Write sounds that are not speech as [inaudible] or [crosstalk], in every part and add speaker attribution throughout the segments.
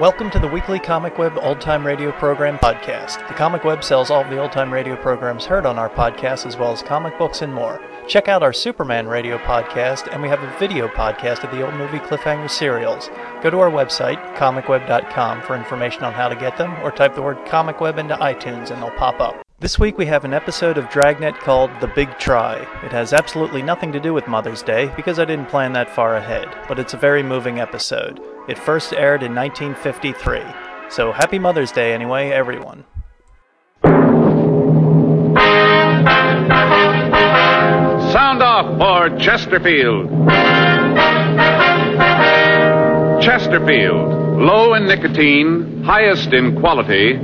Speaker 1: Welcome to the weekly Comic Web Old Time Radio Program podcast. The Comic Web sells all of the old time radio programs heard on our podcast, as well as comic books and more. Check out our Superman radio podcast, and we have a video podcast of the old movie Cliffhanger serials. Go to our website, comicweb.com, for information on how to get them, or type the word Comic Web into iTunes and they'll pop up. This week we have an episode of Dragnet called The Big Try. It has absolutely nothing to do with Mother's Day because I didn't plan that far ahead, but it's a very moving episode. It first aired in 1953. So happy Mother's Day anyway, everyone.
Speaker 2: Sound off for Chesterfield. Chesterfield, low in nicotine, highest in quality,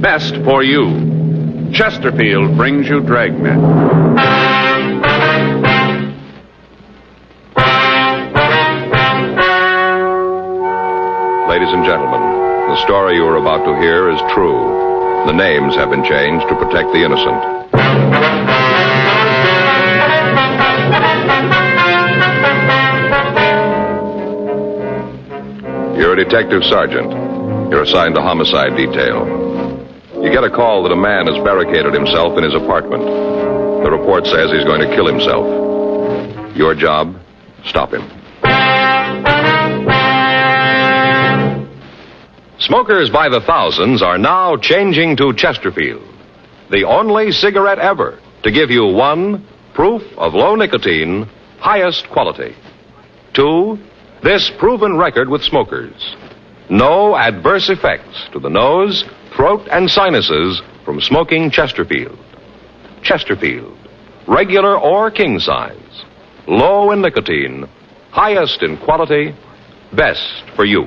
Speaker 2: best for you. Chesterfield brings you Dragnet. Ladies and gentlemen, the story you are about to hear is true. The names have been changed to protect the innocent. You're a detective sergeant. You're assigned to homicide detail. You get a call that a man has barricaded himself in his apartment. The report says he's going to kill himself. Your job? Stop him. Smokers by the thousands are now changing to Chesterfield, the only cigarette ever to give you one, proof of low nicotine, highest quality. Two, this proven record with smokers. No adverse effects to the nose, throat, and sinuses from smoking Chesterfield. Chesterfield, regular or king size, low in nicotine, highest in quality, best for you.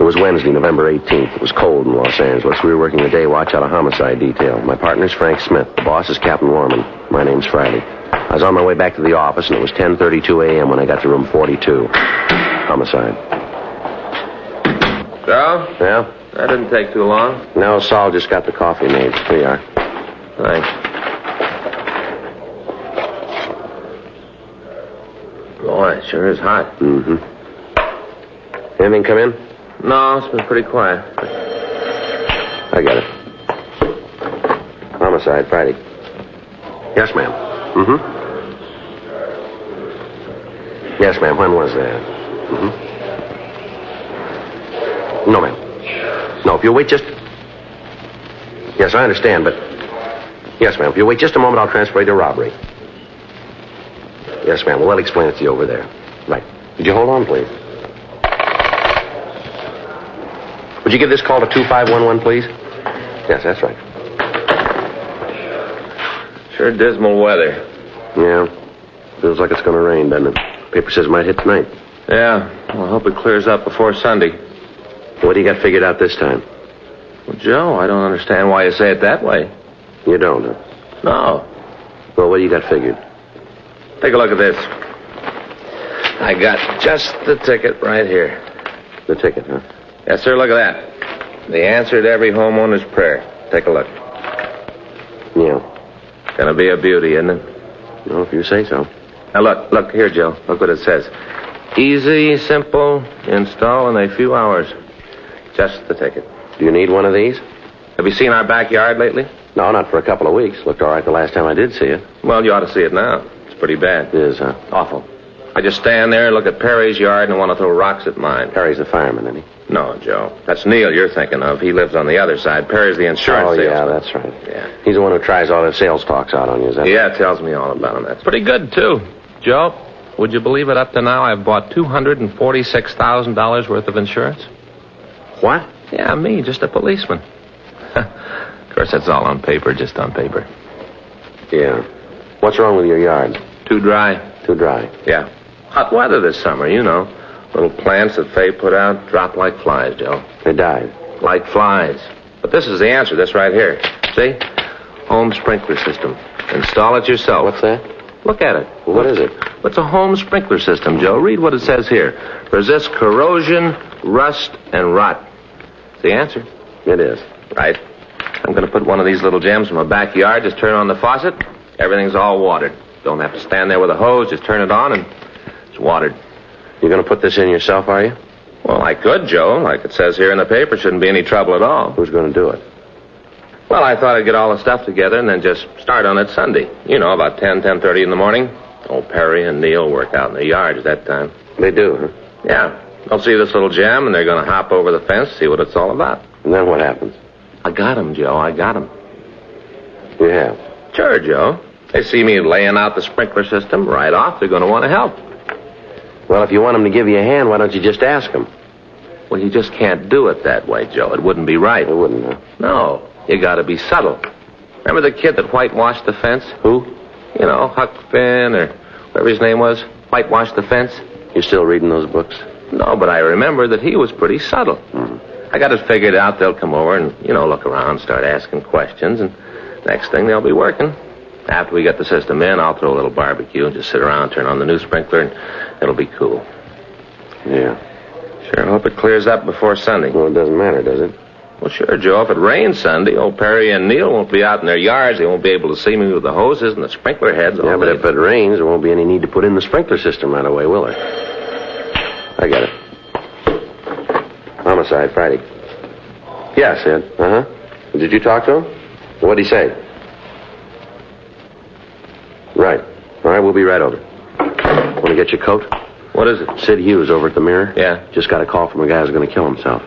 Speaker 3: It was Wednesday, November 18th. It was cold in Los Angeles. We were working the day watch out of homicide detail. My partner's Frank Smith. The boss is Captain Warman. My name's Friday. I was on my way back to the office, and it was 10.32 a.m. when I got to room 42. Homicide.
Speaker 4: So?
Speaker 3: Yeah?
Speaker 4: That didn't take too long.
Speaker 3: No, Saul just got the coffee made. Here you are.
Speaker 4: Thanks. Boy, it sure is hot.
Speaker 3: Mm-hmm. Anything come in?
Speaker 4: No, it's been pretty quiet.
Speaker 3: I got it. Homicide, Friday. Yes, ma'am. Mm-hmm. Yes, ma'am. When was that? Mm-hmm. No, ma'am. No, if you'll wait just... Yes, I understand, but... Yes, ma'am. If you'll wait just a moment, I'll transfer you to robbery. Yes, ma'am. Well, I'll explain it to you over there. Right. Would you hold on, please? Would you give this call to 2511, please? Yes, that's right.
Speaker 4: Sure dismal weather.
Speaker 3: Yeah. Feels like it's going to rain, doesn't it? Paper says it might hit tonight.
Speaker 4: Yeah, well, I hope it clears up before Sunday.
Speaker 3: What do you got figured out this time?
Speaker 4: Well, Joe, I don't understand why you say it that way.
Speaker 3: You don't, huh?
Speaker 4: No.
Speaker 3: Well, what do you got figured?
Speaker 4: Take a look at this. I got just the ticket right here.
Speaker 3: The ticket, huh?
Speaker 4: Yes, sir, look at that. The answer to every homeowner's prayer. Take a look.
Speaker 3: Yeah.
Speaker 4: Gonna be a beauty, isn't it?
Speaker 3: Well, if you say so.
Speaker 4: Now look, look here, Joe. Look what it says. Easy, simple, install in a few hours. Just the ticket.
Speaker 3: Do you need one of these?
Speaker 4: Have you seen our backyard lately?
Speaker 3: No, not for a couple of weeks. Looked all right the last time I did see it.
Speaker 4: Well, you ought to see it now. It's pretty bad.
Speaker 3: It is, huh?
Speaker 4: Awful. I just stand there and look at Perry's yard and want to throw rocks at mine.
Speaker 3: Harry's the fireman, isn't he?
Speaker 4: No, Joe. That's Neil you're thinking of. He lives on the other side. Perry's the insurance
Speaker 3: oh, yeah,
Speaker 4: salesman.
Speaker 3: that's right.
Speaker 4: Yeah.
Speaker 3: He's the one who tries all the sales talks out on you, is that
Speaker 4: Yeah, it tells me all about him. That's pretty good, too. Joe, would you believe it? Up to now, I've bought $246,000 worth of insurance.
Speaker 3: What?
Speaker 4: Yeah, me, just a policeman. [laughs] of course, that's all on paper, just on paper.
Speaker 3: Yeah. What's wrong with your yard?
Speaker 4: Too dry.
Speaker 3: Too dry.
Speaker 4: Yeah. Hot weather this summer, you know. Little plants that Fay put out dropped like flies, Joe.
Speaker 3: They died.
Speaker 4: Like flies. But this is the answer. This right here. See? Home sprinkler system. Install it yourself.
Speaker 3: What's that?
Speaker 4: Look at it.
Speaker 3: What is it?
Speaker 4: It's a home sprinkler system, Joe. Read what it says here. Resists corrosion, rust, and rot. It's the answer.
Speaker 3: It is.
Speaker 4: Right. I'm going to put one of these little gems in my backyard. Just turn on the faucet. Everything's all watered. Don't have to stand there with a hose. Just turn it on and it's watered.
Speaker 3: You're going to put this in yourself, are you?
Speaker 4: Well, I could, Joe. Like it says here in the paper, shouldn't be any trouble at all.
Speaker 3: Who's going to do it?
Speaker 4: Well, I thought I'd get all the stuff together and then just start on it Sunday. You know, about 10, 10.30 in the morning. Old Perry and Neil work out in the yard at that time.
Speaker 3: They do, huh?
Speaker 4: Yeah, they'll see this little gem and they're going to hop over the fence, see what it's all about.
Speaker 3: And then what happens?
Speaker 4: I got 'em, Joe. I got 'em.
Speaker 3: You have.
Speaker 4: Sure, Joe. They see me laying out the sprinkler system right off. They're going to want to help.
Speaker 3: Well, if you want them to give you a hand, why don't you just ask them?
Speaker 4: Well, you just can't do it that way, Joe. It wouldn't be right.
Speaker 3: They wouldn't, huh?
Speaker 4: No, you got to be subtle. Remember the kid that whitewashed the fence?
Speaker 3: Who?
Speaker 4: You know, Huck Finn or whatever his name was, whitewashed the fence?
Speaker 3: You still reading those books?
Speaker 4: No, but I remember that he was pretty subtle. I got it figured out. They'll come over and, you know, look around, start asking questions, and next thing they'll be working. After we get the system in, I'll throw a little barbecue and just sit around, turn on the new sprinkler, and it'll be cool.
Speaker 3: Yeah.
Speaker 4: Sure, hope it clears up before Sunday.
Speaker 3: Well, it doesn't matter, does it?
Speaker 4: Well, sure, Joe. If it rains Sunday, old Perry and Neil won't be out in their yards. They won't be able to see me with the hoses and the sprinkler heads. all
Speaker 3: Yeah, but
Speaker 4: day.
Speaker 3: if it rains, there won't be any need to put in the sprinkler system right away, will there? I got it. Homicide Friday. Yeah, Sid. Uh huh. Did you talk to him? What'd he say? Right. All right, we'll be right over. Want to get your coat?
Speaker 4: What is it?
Speaker 3: Sid Hughes over at the Mirror.
Speaker 4: Yeah.
Speaker 3: Just got a call from a guy who's going to kill himself.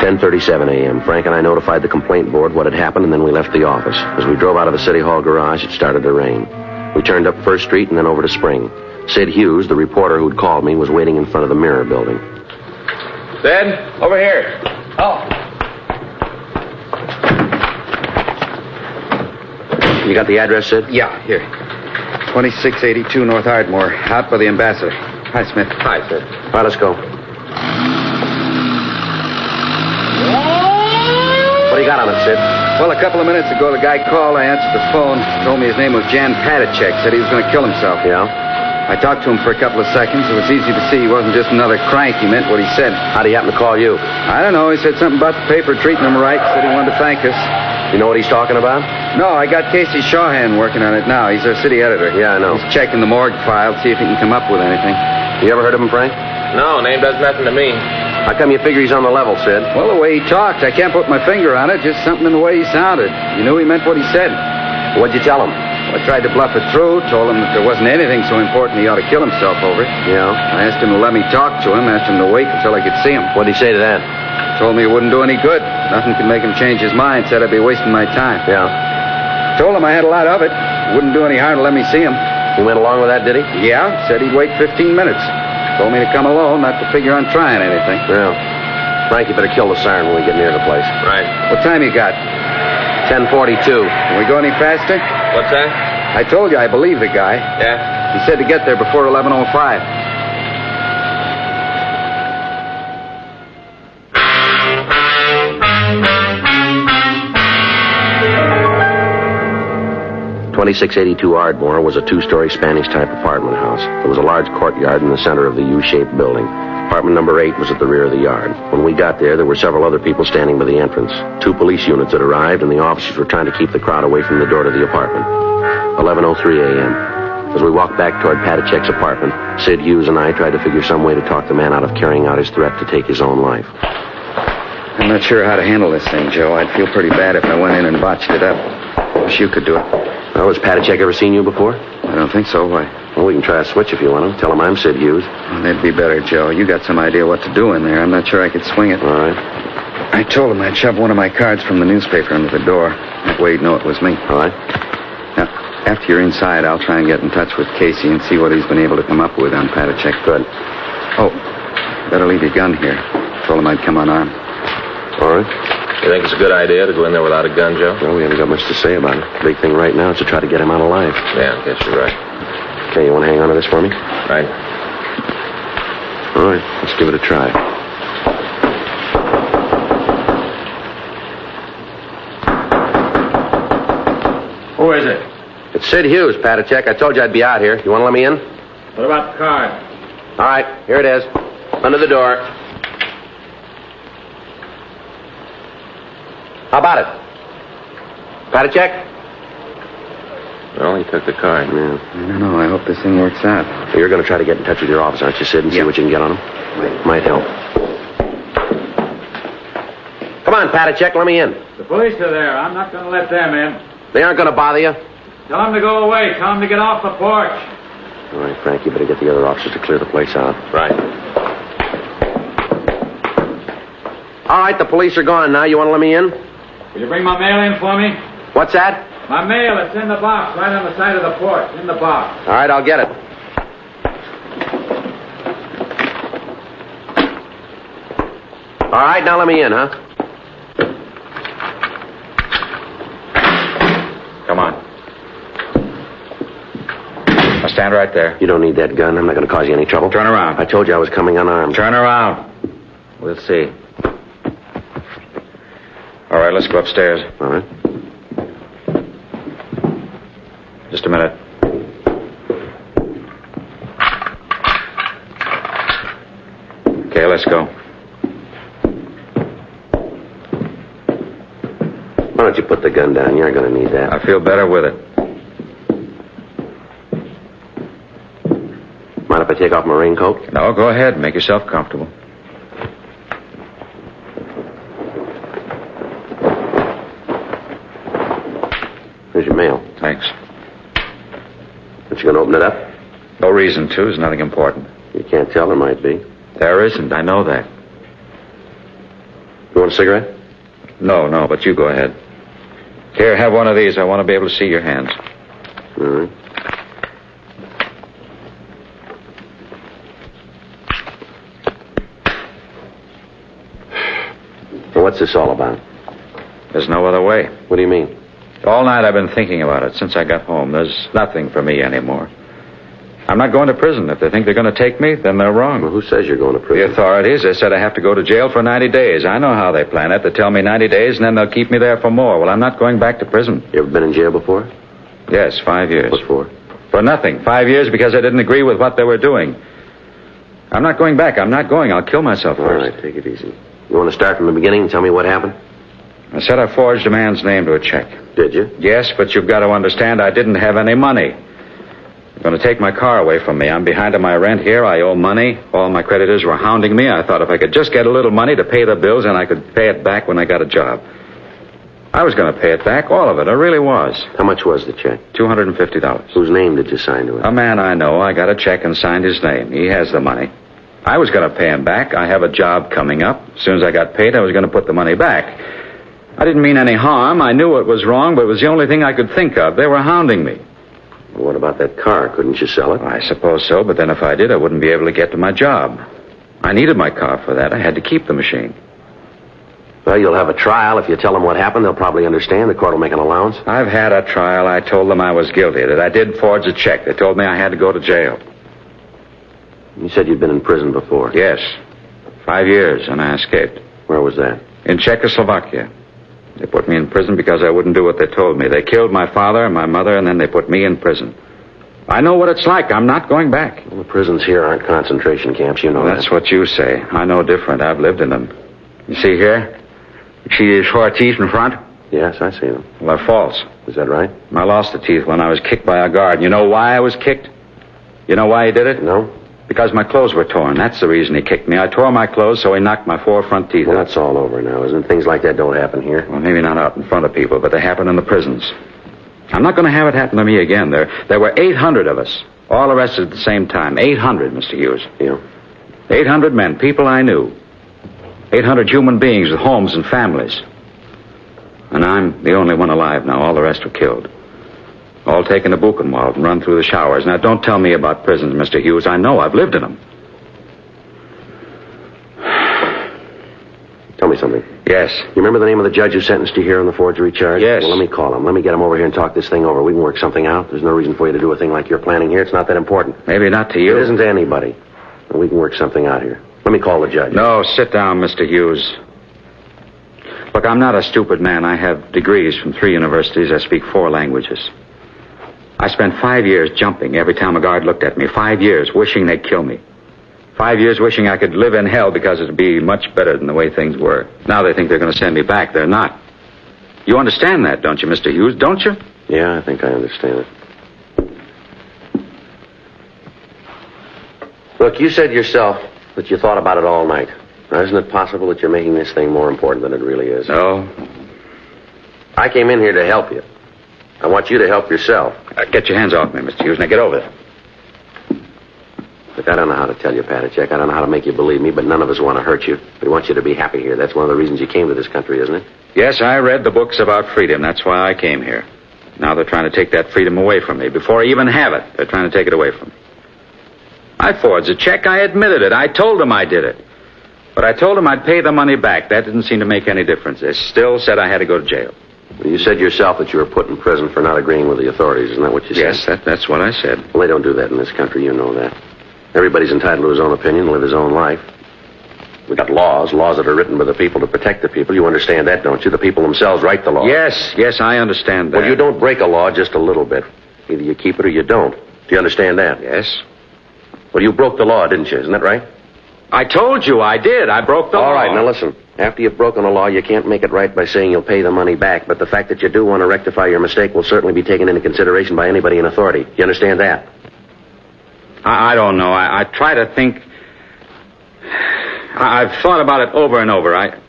Speaker 3: Ten thirty-seven a.m. Frank and I notified the complaint board what had happened, and then we left the office. As we drove out of the city hall garage, it started to rain. We turned up First Street and then over to Spring. Sid Hughes, the reporter who'd called me, was waiting in front of the Mirror building.
Speaker 4: Sid, over here.
Speaker 5: Oh,
Speaker 3: You got the address, Sid?
Speaker 5: Yeah, here. 2682 North Ardmore, out by the ambassador. Hi, Smith.
Speaker 4: Hi, sir.
Speaker 3: All right, let's go. What do you got on it, Sid?
Speaker 5: Well, a couple of minutes ago, the guy called. I answered the phone. Told me his name was Jan Padacek. Said he was going to kill himself.
Speaker 3: Yeah?
Speaker 5: I talked to him for a couple of seconds. It was easy to see he wasn't just another crank. He meant what he said.
Speaker 3: How'd he happen to call you?
Speaker 5: I don't know. He said something about the paper treating him right. Said he wanted to thank us.
Speaker 3: You know what he's talking about?
Speaker 5: No, I got Casey Shawhan working on it now. He's our city editor. uh,
Speaker 3: Yeah, I know.
Speaker 5: He's checking the morgue file, see if he can come up with anything.
Speaker 3: You ever heard of him, Frank?
Speaker 4: No, name does nothing to me.
Speaker 3: How come you figure he's on the level, Sid?
Speaker 5: Well, the way he talked, I can't put my finger on it. Just something in the way he sounded. You knew he meant what he said.
Speaker 3: What'd you tell him?
Speaker 5: I tried to bluff it through, told him that there wasn't anything so important he ought to kill himself over. it.
Speaker 3: Yeah.
Speaker 5: I asked him to let me talk to him, asked him to wait until I could see him.
Speaker 3: What'd he say to that?
Speaker 5: Told me it wouldn't do any good. Nothing could make him change his mind, said I'd be wasting my time.
Speaker 3: Yeah.
Speaker 5: Told him I had a lot of it. Wouldn't do any harm to let me see him.
Speaker 3: He went along with that, did he?
Speaker 5: Yeah, said he'd wait 15 minutes. Told me to come alone, not to figure on trying anything.
Speaker 3: Yeah. Frank, you better kill the siren when we get near the place.
Speaker 4: Right.
Speaker 5: What time you got?
Speaker 3: 1042.
Speaker 5: Can we go any faster?
Speaker 4: What's that?
Speaker 5: I told you I believe the guy.
Speaker 4: Yeah.
Speaker 5: He said to get there before 11.05.
Speaker 3: Twenty-six eighty-two Ardmore was a two-story Spanish-type apartment house. There was a large courtyard in the center of the U-shaped building. Apartment number eight was at the rear of the yard. When we got there, there were several other people standing by the entrance. Two police units had arrived, and the officers were trying to keep the crowd away from the door to the apartment. 11.03 a.m. As we walked back toward Patachek's apartment, Sid Hughes and I tried to figure some way to talk the man out of carrying out his threat to take his own life.
Speaker 5: I'm not sure how to handle this thing, Joe. I'd feel pretty bad if I went in and botched it up. Wish you could do it. I
Speaker 3: Well, has Patachek ever seen you before?
Speaker 5: don't think so. Why?
Speaker 3: Well, we can try a switch if you want to. Tell him I'm Sid Hughes.
Speaker 5: Well, that'd be better, Joe. You got some idea what to do in there. I'm not sure I could swing it.
Speaker 3: All right.
Speaker 5: I told him I'd shove one of my cards from the newspaper under the door. That way he'd know it was me.
Speaker 3: All right.
Speaker 5: Now, after you're inside, I'll try and get in touch with Casey and see what he's been able to come up with on Patachek. Good. Oh, better leave your gun here. Told him I'd come unarmed.
Speaker 3: All right.
Speaker 5: You think it's a good idea to go in there without a gun, Joe?
Speaker 3: Well, we haven't got much to say about it. Big thing right now is to try to get him out alive.
Speaker 5: Yeah, I guess you're right.
Speaker 3: Okay, you want to hang on to this for me?
Speaker 5: Right.
Speaker 3: All right, let's give it a try.
Speaker 5: Who is it?
Speaker 3: It's Sid Hughes, Patacek. I told you I'd be out here. You want to let me in?
Speaker 5: What about the card?
Speaker 3: All right, here it is. Under the door. How about it? Patacek?
Speaker 5: Well, he took the card.
Speaker 3: Yeah.
Speaker 6: I don't know. I hope this thing works out.
Speaker 3: You're going to try to get in touch with your office, aren't you, Sid, and see
Speaker 6: Yeah.
Speaker 3: what you can get on him? Might help. Come on, Patacek, let me in.
Speaker 7: The police are there. I'm not going to let them in.
Speaker 3: They aren't going to bother you.
Speaker 7: Tell them to go away. Tell them to get off the porch.
Speaker 3: All right, Frank, you better get the other officers to clear the place out.
Speaker 5: Right.
Speaker 3: All right, the police are gone now. You want to let me in?
Speaker 7: Will you bring my mail in for me?
Speaker 3: What's that?
Speaker 7: My mail, it's in the box right on the side of the porch. In the box.
Speaker 3: All right, I'll get it. All right, now let me in, huh?
Speaker 5: Come on. Now stand right there.
Speaker 3: You don't need that gun. I'm not going to cause you any trouble.
Speaker 5: Turn around.
Speaker 3: I told you I was coming unarmed.
Speaker 5: Turn around. We'll see. All right, let's go upstairs.
Speaker 3: All right.
Speaker 5: Just a minute. Okay, let's go.
Speaker 3: Why don't you put the gun down? You're going to need that.
Speaker 5: I feel better with it.
Speaker 3: Mind if I take off my raincoat?
Speaker 5: No, go ahead. Make yourself comfortable.
Speaker 3: Here's your mail.
Speaker 5: Thanks.
Speaker 3: But you going to open it up?
Speaker 5: No reason to. There's nothing important.
Speaker 3: You can't tell. There might be. You
Speaker 5: There isn't. I know that.
Speaker 3: want a cigarette?
Speaker 5: No, no, but you go ahead. Here, have one of these. I want to be able to see your hands.
Speaker 3: All right. Now, What's this all about?
Speaker 5: There's no other way.
Speaker 3: What do you mean?
Speaker 5: All night I've been thinking about it since I got home. There's nothing for me anymore. I'm not going to prison. If they think they're going to take me, then they're wrong.
Speaker 3: Well, who says you're going to
Speaker 5: The
Speaker 3: prison?
Speaker 5: authorities, they said I have to go to jail for 90 days. I know how they plan it. They tell me 90 days, and then they'll keep me there for more. Well, I'm not going back to prison.
Speaker 3: You ever been in jail before?
Speaker 5: Yes, five years.
Speaker 3: What for?
Speaker 5: For nothing. Five years because I didn't agree with what they were doing. I'm not going back. I'm not going. I'll kill myself
Speaker 3: All
Speaker 5: first.
Speaker 3: right, take it easy. You want to start from the beginning and tell me what happened?
Speaker 5: I said I forged a man's name to a check.
Speaker 3: Did you?
Speaker 5: Yes, but you've got to understand I didn't have any money. They're going to take my car away from me. I'm behind on my rent here. I owe money. All my creditors were hounding me. I thought if I could just get a little money to pay the bills, and I could pay it back when I got a job. I was going to pay it back, all of it. I really was.
Speaker 3: How much was the check?
Speaker 5: $250.
Speaker 3: Whose name did you sign to it?
Speaker 5: A man I know, I got a check and signed his name. He has the money. I was going to pay him back. I have a job coming up. As soon as I got paid, I was going to put the money back. I didn't mean any harm. I knew it was wrong, but it was the only thing I could think of. They were hounding me.
Speaker 3: What about that car? Couldn't you sell it?
Speaker 5: I suppose so, but then if I did, I wouldn't be able to get to my job. I needed my car for that. I had to keep the machine.
Speaker 3: Well, you'll have a trial. If you tell them what happened, they'll probably understand. The court will make an allowance.
Speaker 5: I've had a trial. I told them I was guilty, that I did forge a check. They told me I had to go to jail.
Speaker 3: You said you'd been in prison before.
Speaker 5: Yes. Five years, and I escaped.
Speaker 3: Where was that?
Speaker 5: In Czechoslovakia. They put me in prison because I wouldn't do what they told me. They killed my father and my mother, and then they put me in prison. I know what it's like. I'm not going back.
Speaker 3: Well, the prisons here aren't concentration camps. You know
Speaker 5: Well, that's what you say. I know different. I've lived in them. You see here? You see these four teeth in front?
Speaker 3: that. Yes, I see them.
Speaker 5: Well, they're false.
Speaker 3: Is that right?
Speaker 5: I lost the teeth when I was kicked by a guard. And You know why I was kicked? You know why he did it?
Speaker 3: No?
Speaker 5: Because my clothes were torn. That's the reason he kicked me. I tore my clothes, so he knocked my four front teeth
Speaker 3: Well,
Speaker 5: out.
Speaker 3: that's all over now, isn't it? Things like that don't happen here.
Speaker 5: Well, maybe not out in front of people, but they happen in the prisons. I'm not going to have it happen to me again. There, there were 800 of us, all arrested at the same time. 800, Mr. Hughes.
Speaker 3: Yeah.
Speaker 5: 800 men, people I knew. 800 human beings with homes and families. And I'm the only one alive now. All the rest were killed. All taken to Buchenwald and run through the showers. Now, don't tell me about prisons, Mr. Hughes. I know. I've lived in them.
Speaker 3: Tell me something.
Speaker 5: Yes.
Speaker 3: You remember the name of the judge who sentenced you here on the forgery charge?
Speaker 4: Yes.
Speaker 3: Well, let me call him. Let me get him over here and talk this thing over. We can work something out. There's no reason for you to do a thing like you're planning here. It's not that important.
Speaker 5: Maybe not to
Speaker 3: It
Speaker 5: you.
Speaker 3: isn't to anybody. We can work something out here. Let me call the judge.
Speaker 5: No, sit down, Mr. Hughes. Look, I'm not a stupid man. I have degrees from three universities. I speak four languages. I spent five years jumping every time a guard looked at me. Five years wishing they'd kill me. Five years wishing I could live in hell because it'd be much better than the way things were. Now they think they're going to send me back. They're not. You understand that, don't you, Mr. Hughes? Don't you?
Speaker 3: Yeah, I think I understand it. Look, you said yourself that you thought about it all night. Now, isn't it possible that you're making this thing more important than it really is?
Speaker 5: No.
Speaker 3: I came in here to help you. I want you to help yourself.
Speaker 5: Uh, get your hands off me, Mr. Hughes. Now get over there.
Speaker 3: Look, I don't know how to tell you, Patacek. I don't know how to make you believe me, but none of us want to hurt you. We want you to be happy here. That's one of the reasons you came to this country, isn't it?
Speaker 5: Yes, I read the books about freedom. That's why I came here. Now they're trying to take that freedom away from me. Before I even have it, they're trying to take it away from me. I forged a check. I admitted it. I told them I did it. But I told them I'd pay the money back. That didn't seem to make any difference. They still said I had to go to jail.
Speaker 3: You said yourself that you were put in prison for not agreeing with the authorities. Isn't that what you said?
Speaker 5: Yes, that, that's what I said.
Speaker 3: Well, they don't do that in this country. You know that. Everybody's entitled to his own opinion, live his own life. We got laws, laws that are written by the people to protect the people. You understand that, don't you? The people themselves write the law.
Speaker 5: Yes, yes, I understand that.
Speaker 3: Well, you don't break a law just a little bit. Either you keep it or you don't. Do you understand that?
Speaker 5: Yes.
Speaker 3: Well, you broke the law, didn't you? Isn't that right?
Speaker 5: I told you I did. I broke the law.
Speaker 3: All right, now listen. After you've broken a law, you can't make it right by saying you'll pay the money back. But the fact that you do want to rectify your mistake will certainly be taken into consideration by anybody in authority. You understand that?
Speaker 5: I, I don't know. I, I try to think. I, I've thought about it over and over. I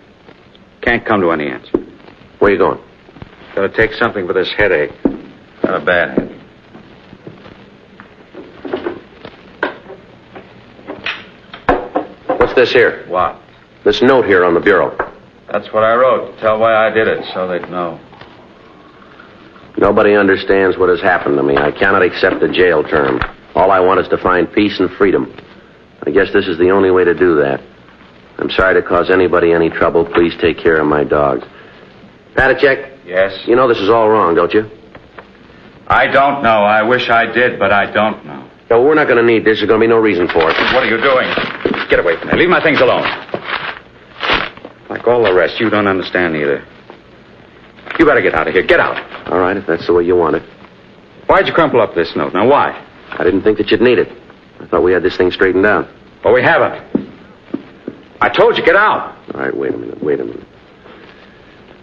Speaker 5: can't come to any answer.
Speaker 3: Where you going?
Speaker 5: Gotta take something for this headache. Not a bad headache.
Speaker 3: What's this here?
Speaker 5: What?
Speaker 3: This note here on the bureau.
Speaker 5: That's what I wrote. Tell why I did it, so they'd know.
Speaker 3: Nobody understands what has happened to me. I cannot accept the jail term. All I want is to find peace and freedom. I guess this is the only way to do that. I'm sorry to cause anybody any trouble. Please take care of my dogs. Patacek,
Speaker 5: Yes?
Speaker 3: you know this is all wrong, don't you?
Speaker 5: I don't know. I wish I did, but I don't know.
Speaker 3: No, we're not going to need this. There's going to be no reason for it.
Speaker 5: What are you doing? Get away from me. Leave my things alone. Like all the rest, you don't understand either. You better get out of here. Get out.
Speaker 3: All right, if that's the way you want it.
Speaker 5: Why'd you crumple up this note? Now, why?
Speaker 3: I didn't think that you'd need it. I thought we had this thing straightened out.
Speaker 5: But we haven't. I told you, get out.
Speaker 3: All right, wait a minute, wait a minute.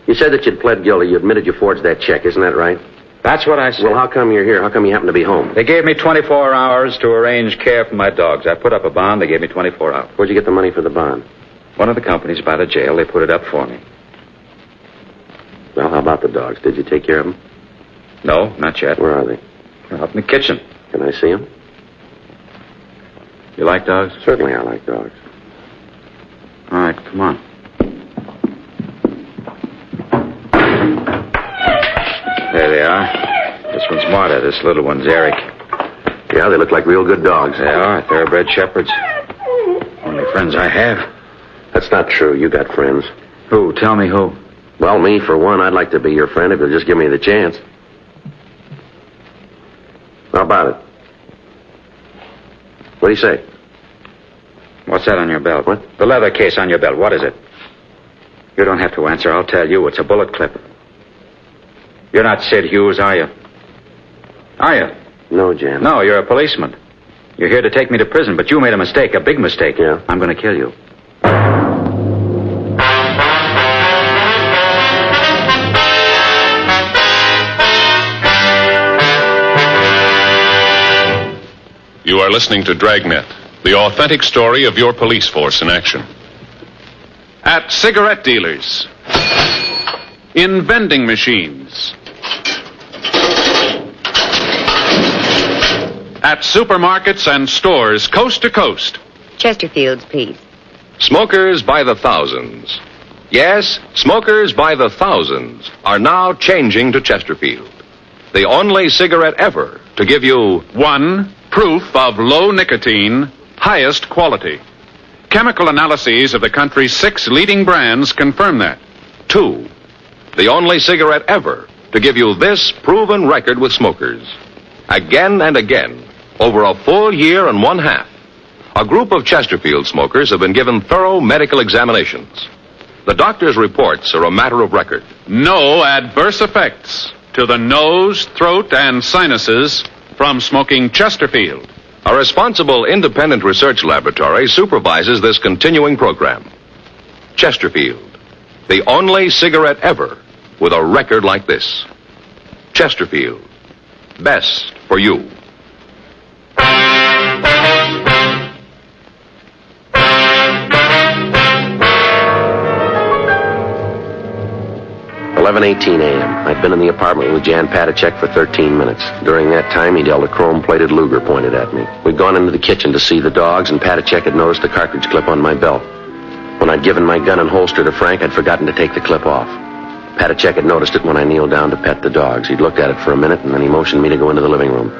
Speaker 3: You said that you'd pled guilty. You admitted you forged that check, isn't that right?
Speaker 5: That's what I said.
Speaker 3: Well, how come you're here? How come you happen to be home?
Speaker 5: They gave me 24 hours to arrange care for my dogs. I put up a bond. They gave me 24 hours.
Speaker 3: Where'd you get the money for the bond?
Speaker 5: One of the companies by the jail, they put it up for me.
Speaker 3: Well, how about the dogs? Did you take care of them?
Speaker 5: No, not yet.
Speaker 3: Where are they?
Speaker 5: We're out in the kitchen.
Speaker 3: Can I see them?
Speaker 5: You like dogs?
Speaker 3: Certainly, I like dogs.
Speaker 5: All right, come on. There they are. This one's Marta. This little one's Eric.
Speaker 3: Yeah, they look like real good dogs.
Speaker 5: They are thoroughbred shepherds. Only friends I have.
Speaker 3: That's not true. You got friends.
Speaker 5: Who? Tell me who.
Speaker 3: Well, me, for one, I'd like to be your friend if you'll just give me the chance. How about it? What do you say?
Speaker 5: What's that on your belt?
Speaker 3: What?
Speaker 5: The leather case on your belt. What is it? You don't have to answer. I'll tell you. It's a bullet clip. You're not Sid Hughes, are you? Are you?
Speaker 3: No, Jan.
Speaker 5: No, you're a policeman. You're here to take me to prison, but you made a mistake, a big mistake.
Speaker 3: Yeah.
Speaker 5: I'm going to kill you.
Speaker 8: You are listening to Dragnet, the authentic story of your police force in action. At cigarette dealers, in vending machines, at supermarkets and stores coast to coast.
Speaker 9: Chesterfields, please.
Speaker 2: Smokers by the thousands. Yes, smokers by the thousands are now changing to Chesterfield, the only cigarette ever to give you
Speaker 8: One, proof of low nicotine, highest quality. Chemical analyses of the country's six leading brands confirm that.
Speaker 2: Two, the only cigarette ever to give you this proven record with smokers. Again and again, over a full year and one half, a group of Chesterfield smokers have been given thorough medical examinations. The doctor's reports are a matter of record.
Speaker 8: No adverse effects to the nose, throat, and sinuses from smoking Chesterfield.
Speaker 2: A responsible independent research laboratory supervises this continuing program. Chesterfield, the only cigarette ever with a record like this. Chesterfield, best for you.
Speaker 3: Eleven eighteen a.m. I'd been in the apartment with Jan Patacek for 13 minutes. During that time, he'd held a chrome-plated Luger pointed at me. We'd gone into the kitchen to see the dogs, and Patacek had noticed the cartridge clip on my belt. When I'd given my gun and holster to Frank, I'd forgotten to take the clip off. Patacek had noticed it when I kneeled down to pet the dogs. He'd looked at it for a minute, and then he motioned me to go into the living room.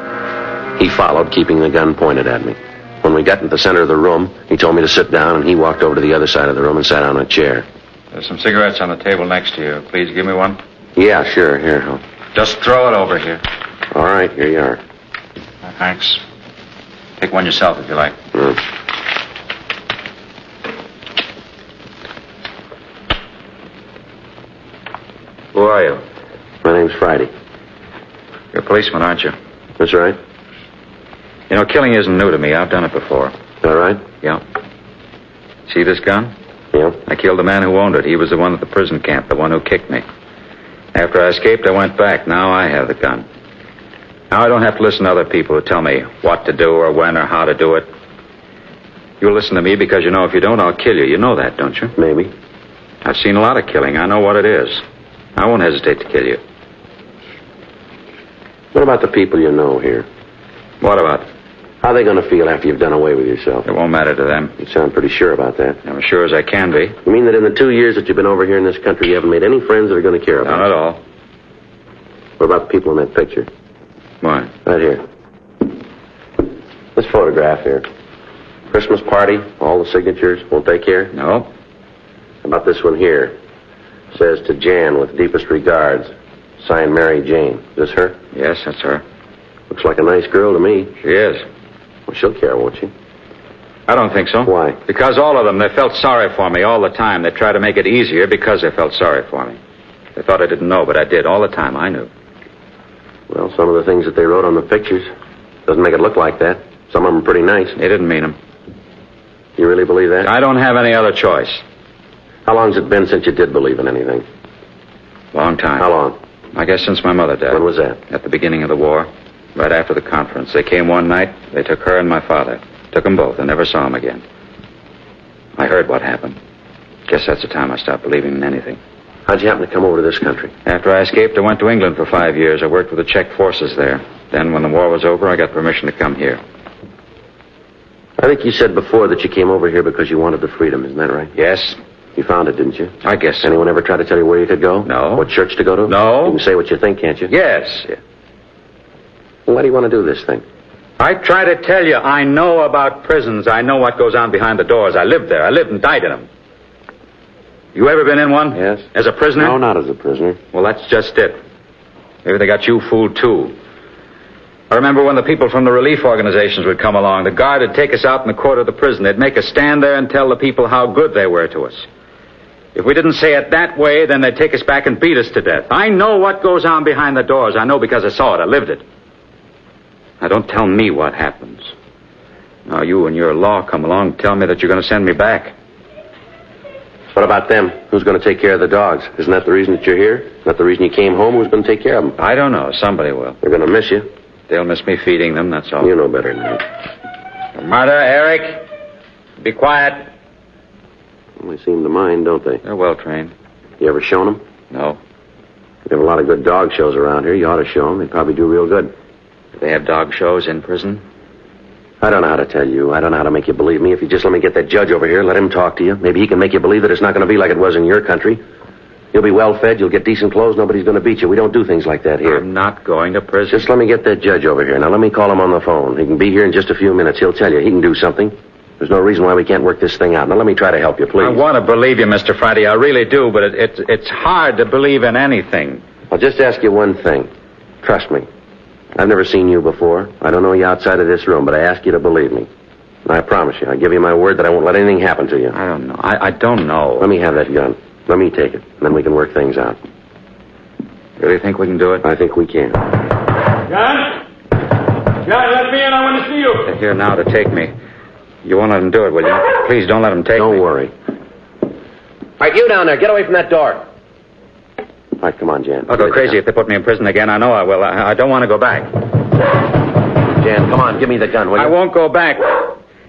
Speaker 3: He followed, keeping the gun pointed at me. When we got into the center of the room, he told me to sit down, and he walked over to the other side of the room and sat on a chair.
Speaker 9: There's some cigarettes on the table next to you. Please give me one.
Speaker 3: Yeah, sure. Here, Hal.
Speaker 9: Just throw it over here.
Speaker 3: All right, here you are.
Speaker 9: Thanks. Take one yourself if you like.
Speaker 3: Mm.
Speaker 4: Who are you?
Speaker 3: My name's Friday.
Speaker 5: You're a policeman, aren't you?
Speaker 3: That's right.
Speaker 5: You know, killing isn't new to me. I've done it before.
Speaker 3: All right.
Speaker 5: Yeah. See this gun?
Speaker 3: Yeah.
Speaker 5: I killed the man who owned it. He was the one at the prison camp, the one who kicked me. After I escaped, I went back. Now I have the gun. Now I don't have to listen to other people who tell me what to do or when or how to do it. You listen to me because you know if you don't, I'll kill you. You know that, don't you?
Speaker 3: Maybe.
Speaker 5: I've seen a lot of killing. I know what it is. I won't hesitate to kill you.
Speaker 3: What about the people you know here?
Speaker 5: What about it?
Speaker 3: How are they going to feel after you've done away with yourself?
Speaker 5: It won't matter to them.
Speaker 3: You sound pretty sure about that.
Speaker 5: I'm as sure as I can be.
Speaker 3: You mean that in the two years that you've been over here in this country, you haven't made any friends that are going to care
Speaker 5: Not
Speaker 3: about
Speaker 5: at all.
Speaker 3: it? What about the people in that picture?
Speaker 5: Why?
Speaker 3: Right here. This photograph here. Christmas party, all the signatures. Won't they care?
Speaker 5: No.
Speaker 3: About this one here. Says to Jan with deepest regards. Signed Mary Jane. Is this her?
Speaker 5: Yes, that's her.
Speaker 3: Looks like a nice girl to me.
Speaker 5: She is.
Speaker 3: Well, she'll care, won't she?
Speaker 5: I don't think so.
Speaker 3: Why?
Speaker 5: Because all of them, they felt sorry for me all the time. They tried to make it easier because they felt sorry for me. They thought I didn't know, but I did all the time. I knew.
Speaker 3: Well, some of the things that they wrote on the pictures doesn't make it look like that. Some of them are pretty nice.
Speaker 5: They didn't mean 'em.
Speaker 3: You really believe that?
Speaker 5: I don't have any other choice.
Speaker 3: How long's it been since you did believe in anything?
Speaker 5: Long time.
Speaker 3: How long?
Speaker 5: I guess since my mother died.
Speaker 3: When was that?
Speaker 5: At the beginning of the war, right after the conference. They came one night. They took her and my father. Took 'em both. I never saw 'em again. I heard what happened. Guess that's the time I stopped believing in anything.
Speaker 3: How'd you happen to come over to this country?
Speaker 5: After I escaped, I went to England for five years. I worked with the Czech forces there. Then, when the war was over, I got permission to come here.
Speaker 3: I think you said before that you came over here because you wanted the freedom, isn't that right?
Speaker 5: Yes,
Speaker 3: You found it, didn't you?
Speaker 5: I guess so.
Speaker 3: Anyone ever try to tell you where you could go?
Speaker 5: No.
Speaker 3: What church to go to?
Speaker 5: No.
Speaker 3: You can say what you think, can't you?
Speaker 5: Yes.
Speaker 3: Well, why do you want to do this thing?
Speaker 5: I try to tell you, I know about prisons. I know what goes on behind the doors. I lived there. I lived and died in them. You ever been in one?
Speaker 3: Yes.
Speaker 5: As a prisoner?
Speaker 3: No, not as a prisoner.
Speaker 5: Well, that's just it. Maybe they got you fooled, too. I remember when the people from the relief organizations would come along. The guard would take us out in the court of the prison. They'd make us stand there and tell the people how good they were to us. If we didn't say it that way, then they'd take us back and beat us to death. I know what goes on behind the doors. I know because I saw it. I lived it. Now, don't tell me what happens. Now, you and your law come along and tell me that you're going to send me back.
Speaker 3: What about them? Who's going to take care of the dogs? Isn't that the reason that you're here? Isn't that the reason you came home? Who's going to take care of them?
Speaker 5: I don't know. Somebody will.
Speaker 3: They're going to miss you.
Speaker 5: They'll miss me feeding them, that's all.
Speaker 3: You know better than that.
Speaker 5: Mother, Eric, be quiet.
Speaker 3: They seem to mind, don't they?
Speaker 5: They're well trained.
Speaker 3: You ever shown them?
Speaker 5: No.
Speaker 3: We have a lot of good dog shows around here. You ought to show them. They probably do real good.
Speaker 5: They have dog shows in prison.
Speaker 3: I don't know how to tell you. I don't know how to make you believe me. If you just let me get that judge over here, let him talk to you. Maybe he can make you believe that it's not going to be like it was in your country. You'll be well fed. You'll get decent clothes. Nobody's going to beat you. We don't do things like that here.
Speaker 5: I'm not going to prison.
Speaker 3: Just let me get that judge over here. Now let me call him on the phone. He can be here in just a few minutes. He'll tell you. He can do something. There's no reason why we can't work this thing out. Now, let me try to help you, please.
Speaker 5: I want to believe you, Mr. Friday. I really do, but it, it's it's hard to believe in anything.
Speaker 3: I'll just ask you one thing. Trust me. I've never seen you before. I don't know you outside of this room, but I ask you to believe me. And I promise you, I give you my word that I won't let anything happen to you.
Speaker 5: I don't know. I, I don't know.
Speaker 3: Let me have that gun. Let me take it. and Then we can work things out.
Speaker 5: Really think we can do it?
Speaker 3: I think we can.
Speaker 7: John? John, let me in. I want to see you.
Speaker 5: They're here now to take me. You won't let them do it, will you? Please don't let them take
Speaker 3: Don't
Speaker 5: me.
Speaker 3: worry. All right, you down there. Get away from that door. All right, come on, Jan.
Speaker 5: I'll go crazy if they put me in prison again. I know I will. I, I don't want to go back.
Speaker 3: Jan, come on. Give me the gun, will you?
Speaker 5: I won't go back.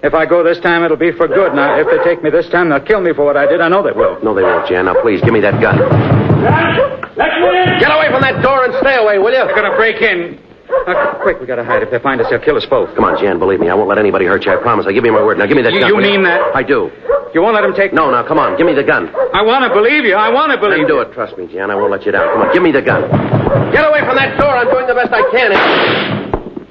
Speaker 5: If I go this time, it'll be for good. Now, if they take me this time, they'll kill me for what I did. I know they will.
Speaker 3: No, they won't, Jan. Now, please, give me that gun.
Speaker 7: John, let me in.
Speaker 3: Get away from that door and stay away, will you?
Speaker 5: They're gonna break in. Now, Uh, quick, we gotta hide. If they find us, they'll kill us both.
Speaker 3: Come on, Jan. Believe me, I won't let anybody hurt you. I promise. I give you my word. Now, give me that
Speaker 5: You-
Speaker 3: gun.
Speaker 5: you
Speaker 3: will
Speaker 5: mean that?
Speaker 3: I do.
Speaker 5: You won't let them take me.
Speaker 3: No, now, come on. Give me the gun.
Speaker 5: I want to believe you. I want to
Speaker 3: Let
Speaker 5: believe
Speaker 3: him
Speaker 5: you.
Speaker 3: do it. Trust me, Jan. I won't let you down. Come on, give me the gun. Get away from that door. I'm doing the best I can.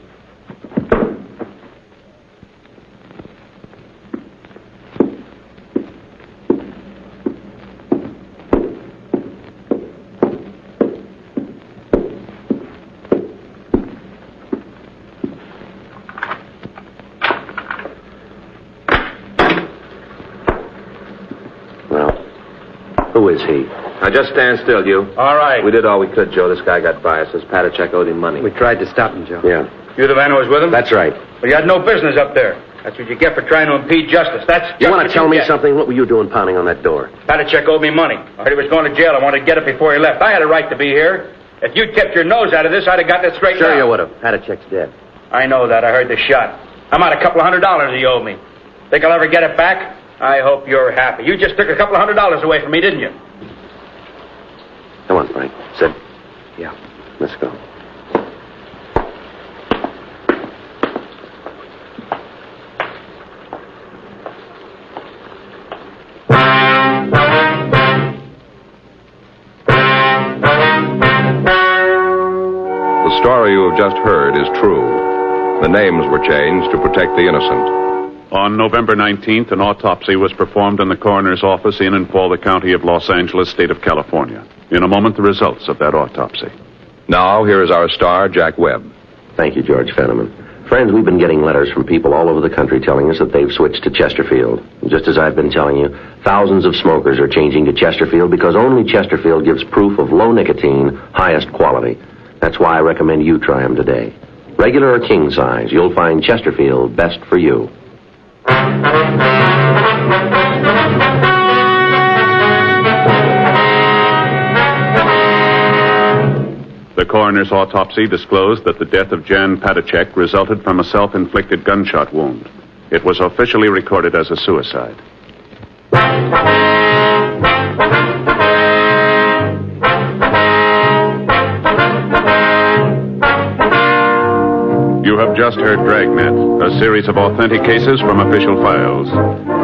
Speaker 3: Well, who is he?
Speaker 4: Now just stand still, you.
Speaker 5: All right.
Speaker 4: We did all we could, Joe. This guy got by us. This Patachek owed him money.
Speaker 5: tried to stop him, Joe.
Speaker 3: Yeah,
Speaker 5: You're the man who was with him?
Speaker 3: that's right.
Speaker 5: Well, you had no business up there. That's what you get for trying to impede justice. That's
Speaker 3: You
Speaker 5: just
Speaker 3: want
Speaker 5: what
Speaker 3: to tell me
Speaker 5: get.
Speaker 3: something? What were you doing pounding on that door?
Speaker 5: Patachek owed me money. I heard he was going to jail. I wanted to get it before he left. I had a right to be here. If you'd kept your nose out of this, I'd have gotten it straight
Speaker 3: Sure, you
Speaker 5: now.
Speaker 3: would have. Patachek's dead.
Speaker 5: I know that. I heard the shot. I'm out a couple of hundred dollars he owed me. Think I'll ever get it back? I hope you're happy. You just took a couple of hundred dollars away from me, didn't you?
Speaker 3: Come on, Frank. Sit.
Speaker 5: Yeah.
Speaker 3: Let's go.
Speaker 2: The story you have just heard is true. The names were changed to protect the innocent.
Speaker 8: On November 19th, an autopsy was performed in the coroner's office in and for the county of Los Angeles, state of California. In a moment, the results of that autopsy.
Speaker 2: Now, here is our star, Jack Webb.
Speaker 3: Thank you, George Fenneman. Friends, we've been getting letters from people all over the country telling us that they've switched to Chesterfield. Just as I've been telling you, thousands of smokers are changing to Chesterfield because only Chesterfield gives proof of low nicotine, highest quality. That's why I recommend you try them today. Regular or king size, you'll find Chesterfield best for you.
Speaker 8: The coroner's autopsy disclosed that the death of Jan Patachek resulted from a self inflicted gunshot wound. It was officially recorded as a suicide. You have just heard Dragnet, a series of authentic cases from official files.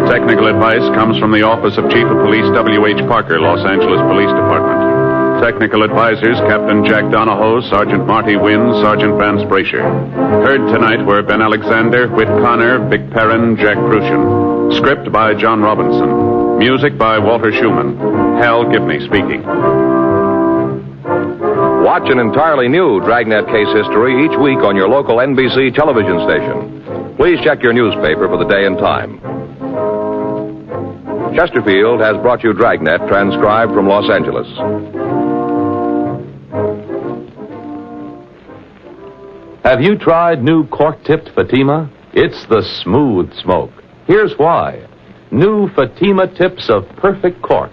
Speaker 8: Technical advice comes from the office of Chief of Police W.H. Parker, Los Angeles Police Department. Technical advisors Captain Jack Donahoe, Sergeant Marty Wynn, Sergeant Vance Brasher. Heard tonight were Ben Alexander, Whit Connor, Vic Perrin, Jack Crucian. Script by John Robinson. Music by Walter Schumann. Hal Gibney speaking.
Speaker 2: Watch an entirely new Dragnet case history each week on your local NBC television station. Please check your newspaper for the day and time. Chesterfield has brought you Dragnet, transcribed from Los Angeles.
Speaker 10: Have you tried new cork tipped Fatima? It's the smooth smoke. Here's why. New Fatima tips of perfect cork.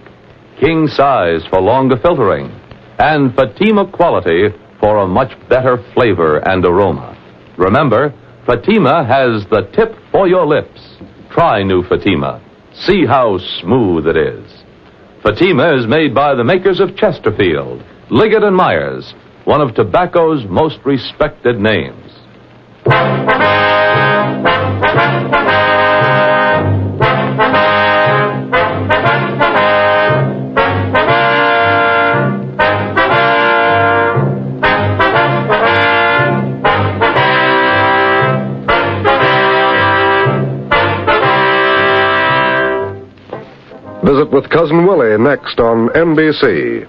Speaker 10: King size for longer filtering. And Fatima quality for a much better flavor and aroma. Remember, Fatima has the tip for your lips. Try new Fatima. See how smooth it is. Fatima is made by the makers of Chesterfield, Liggett and Myers, one of tobacco's most respected names.
Speaker 11: with Cousin Willie next on NBC.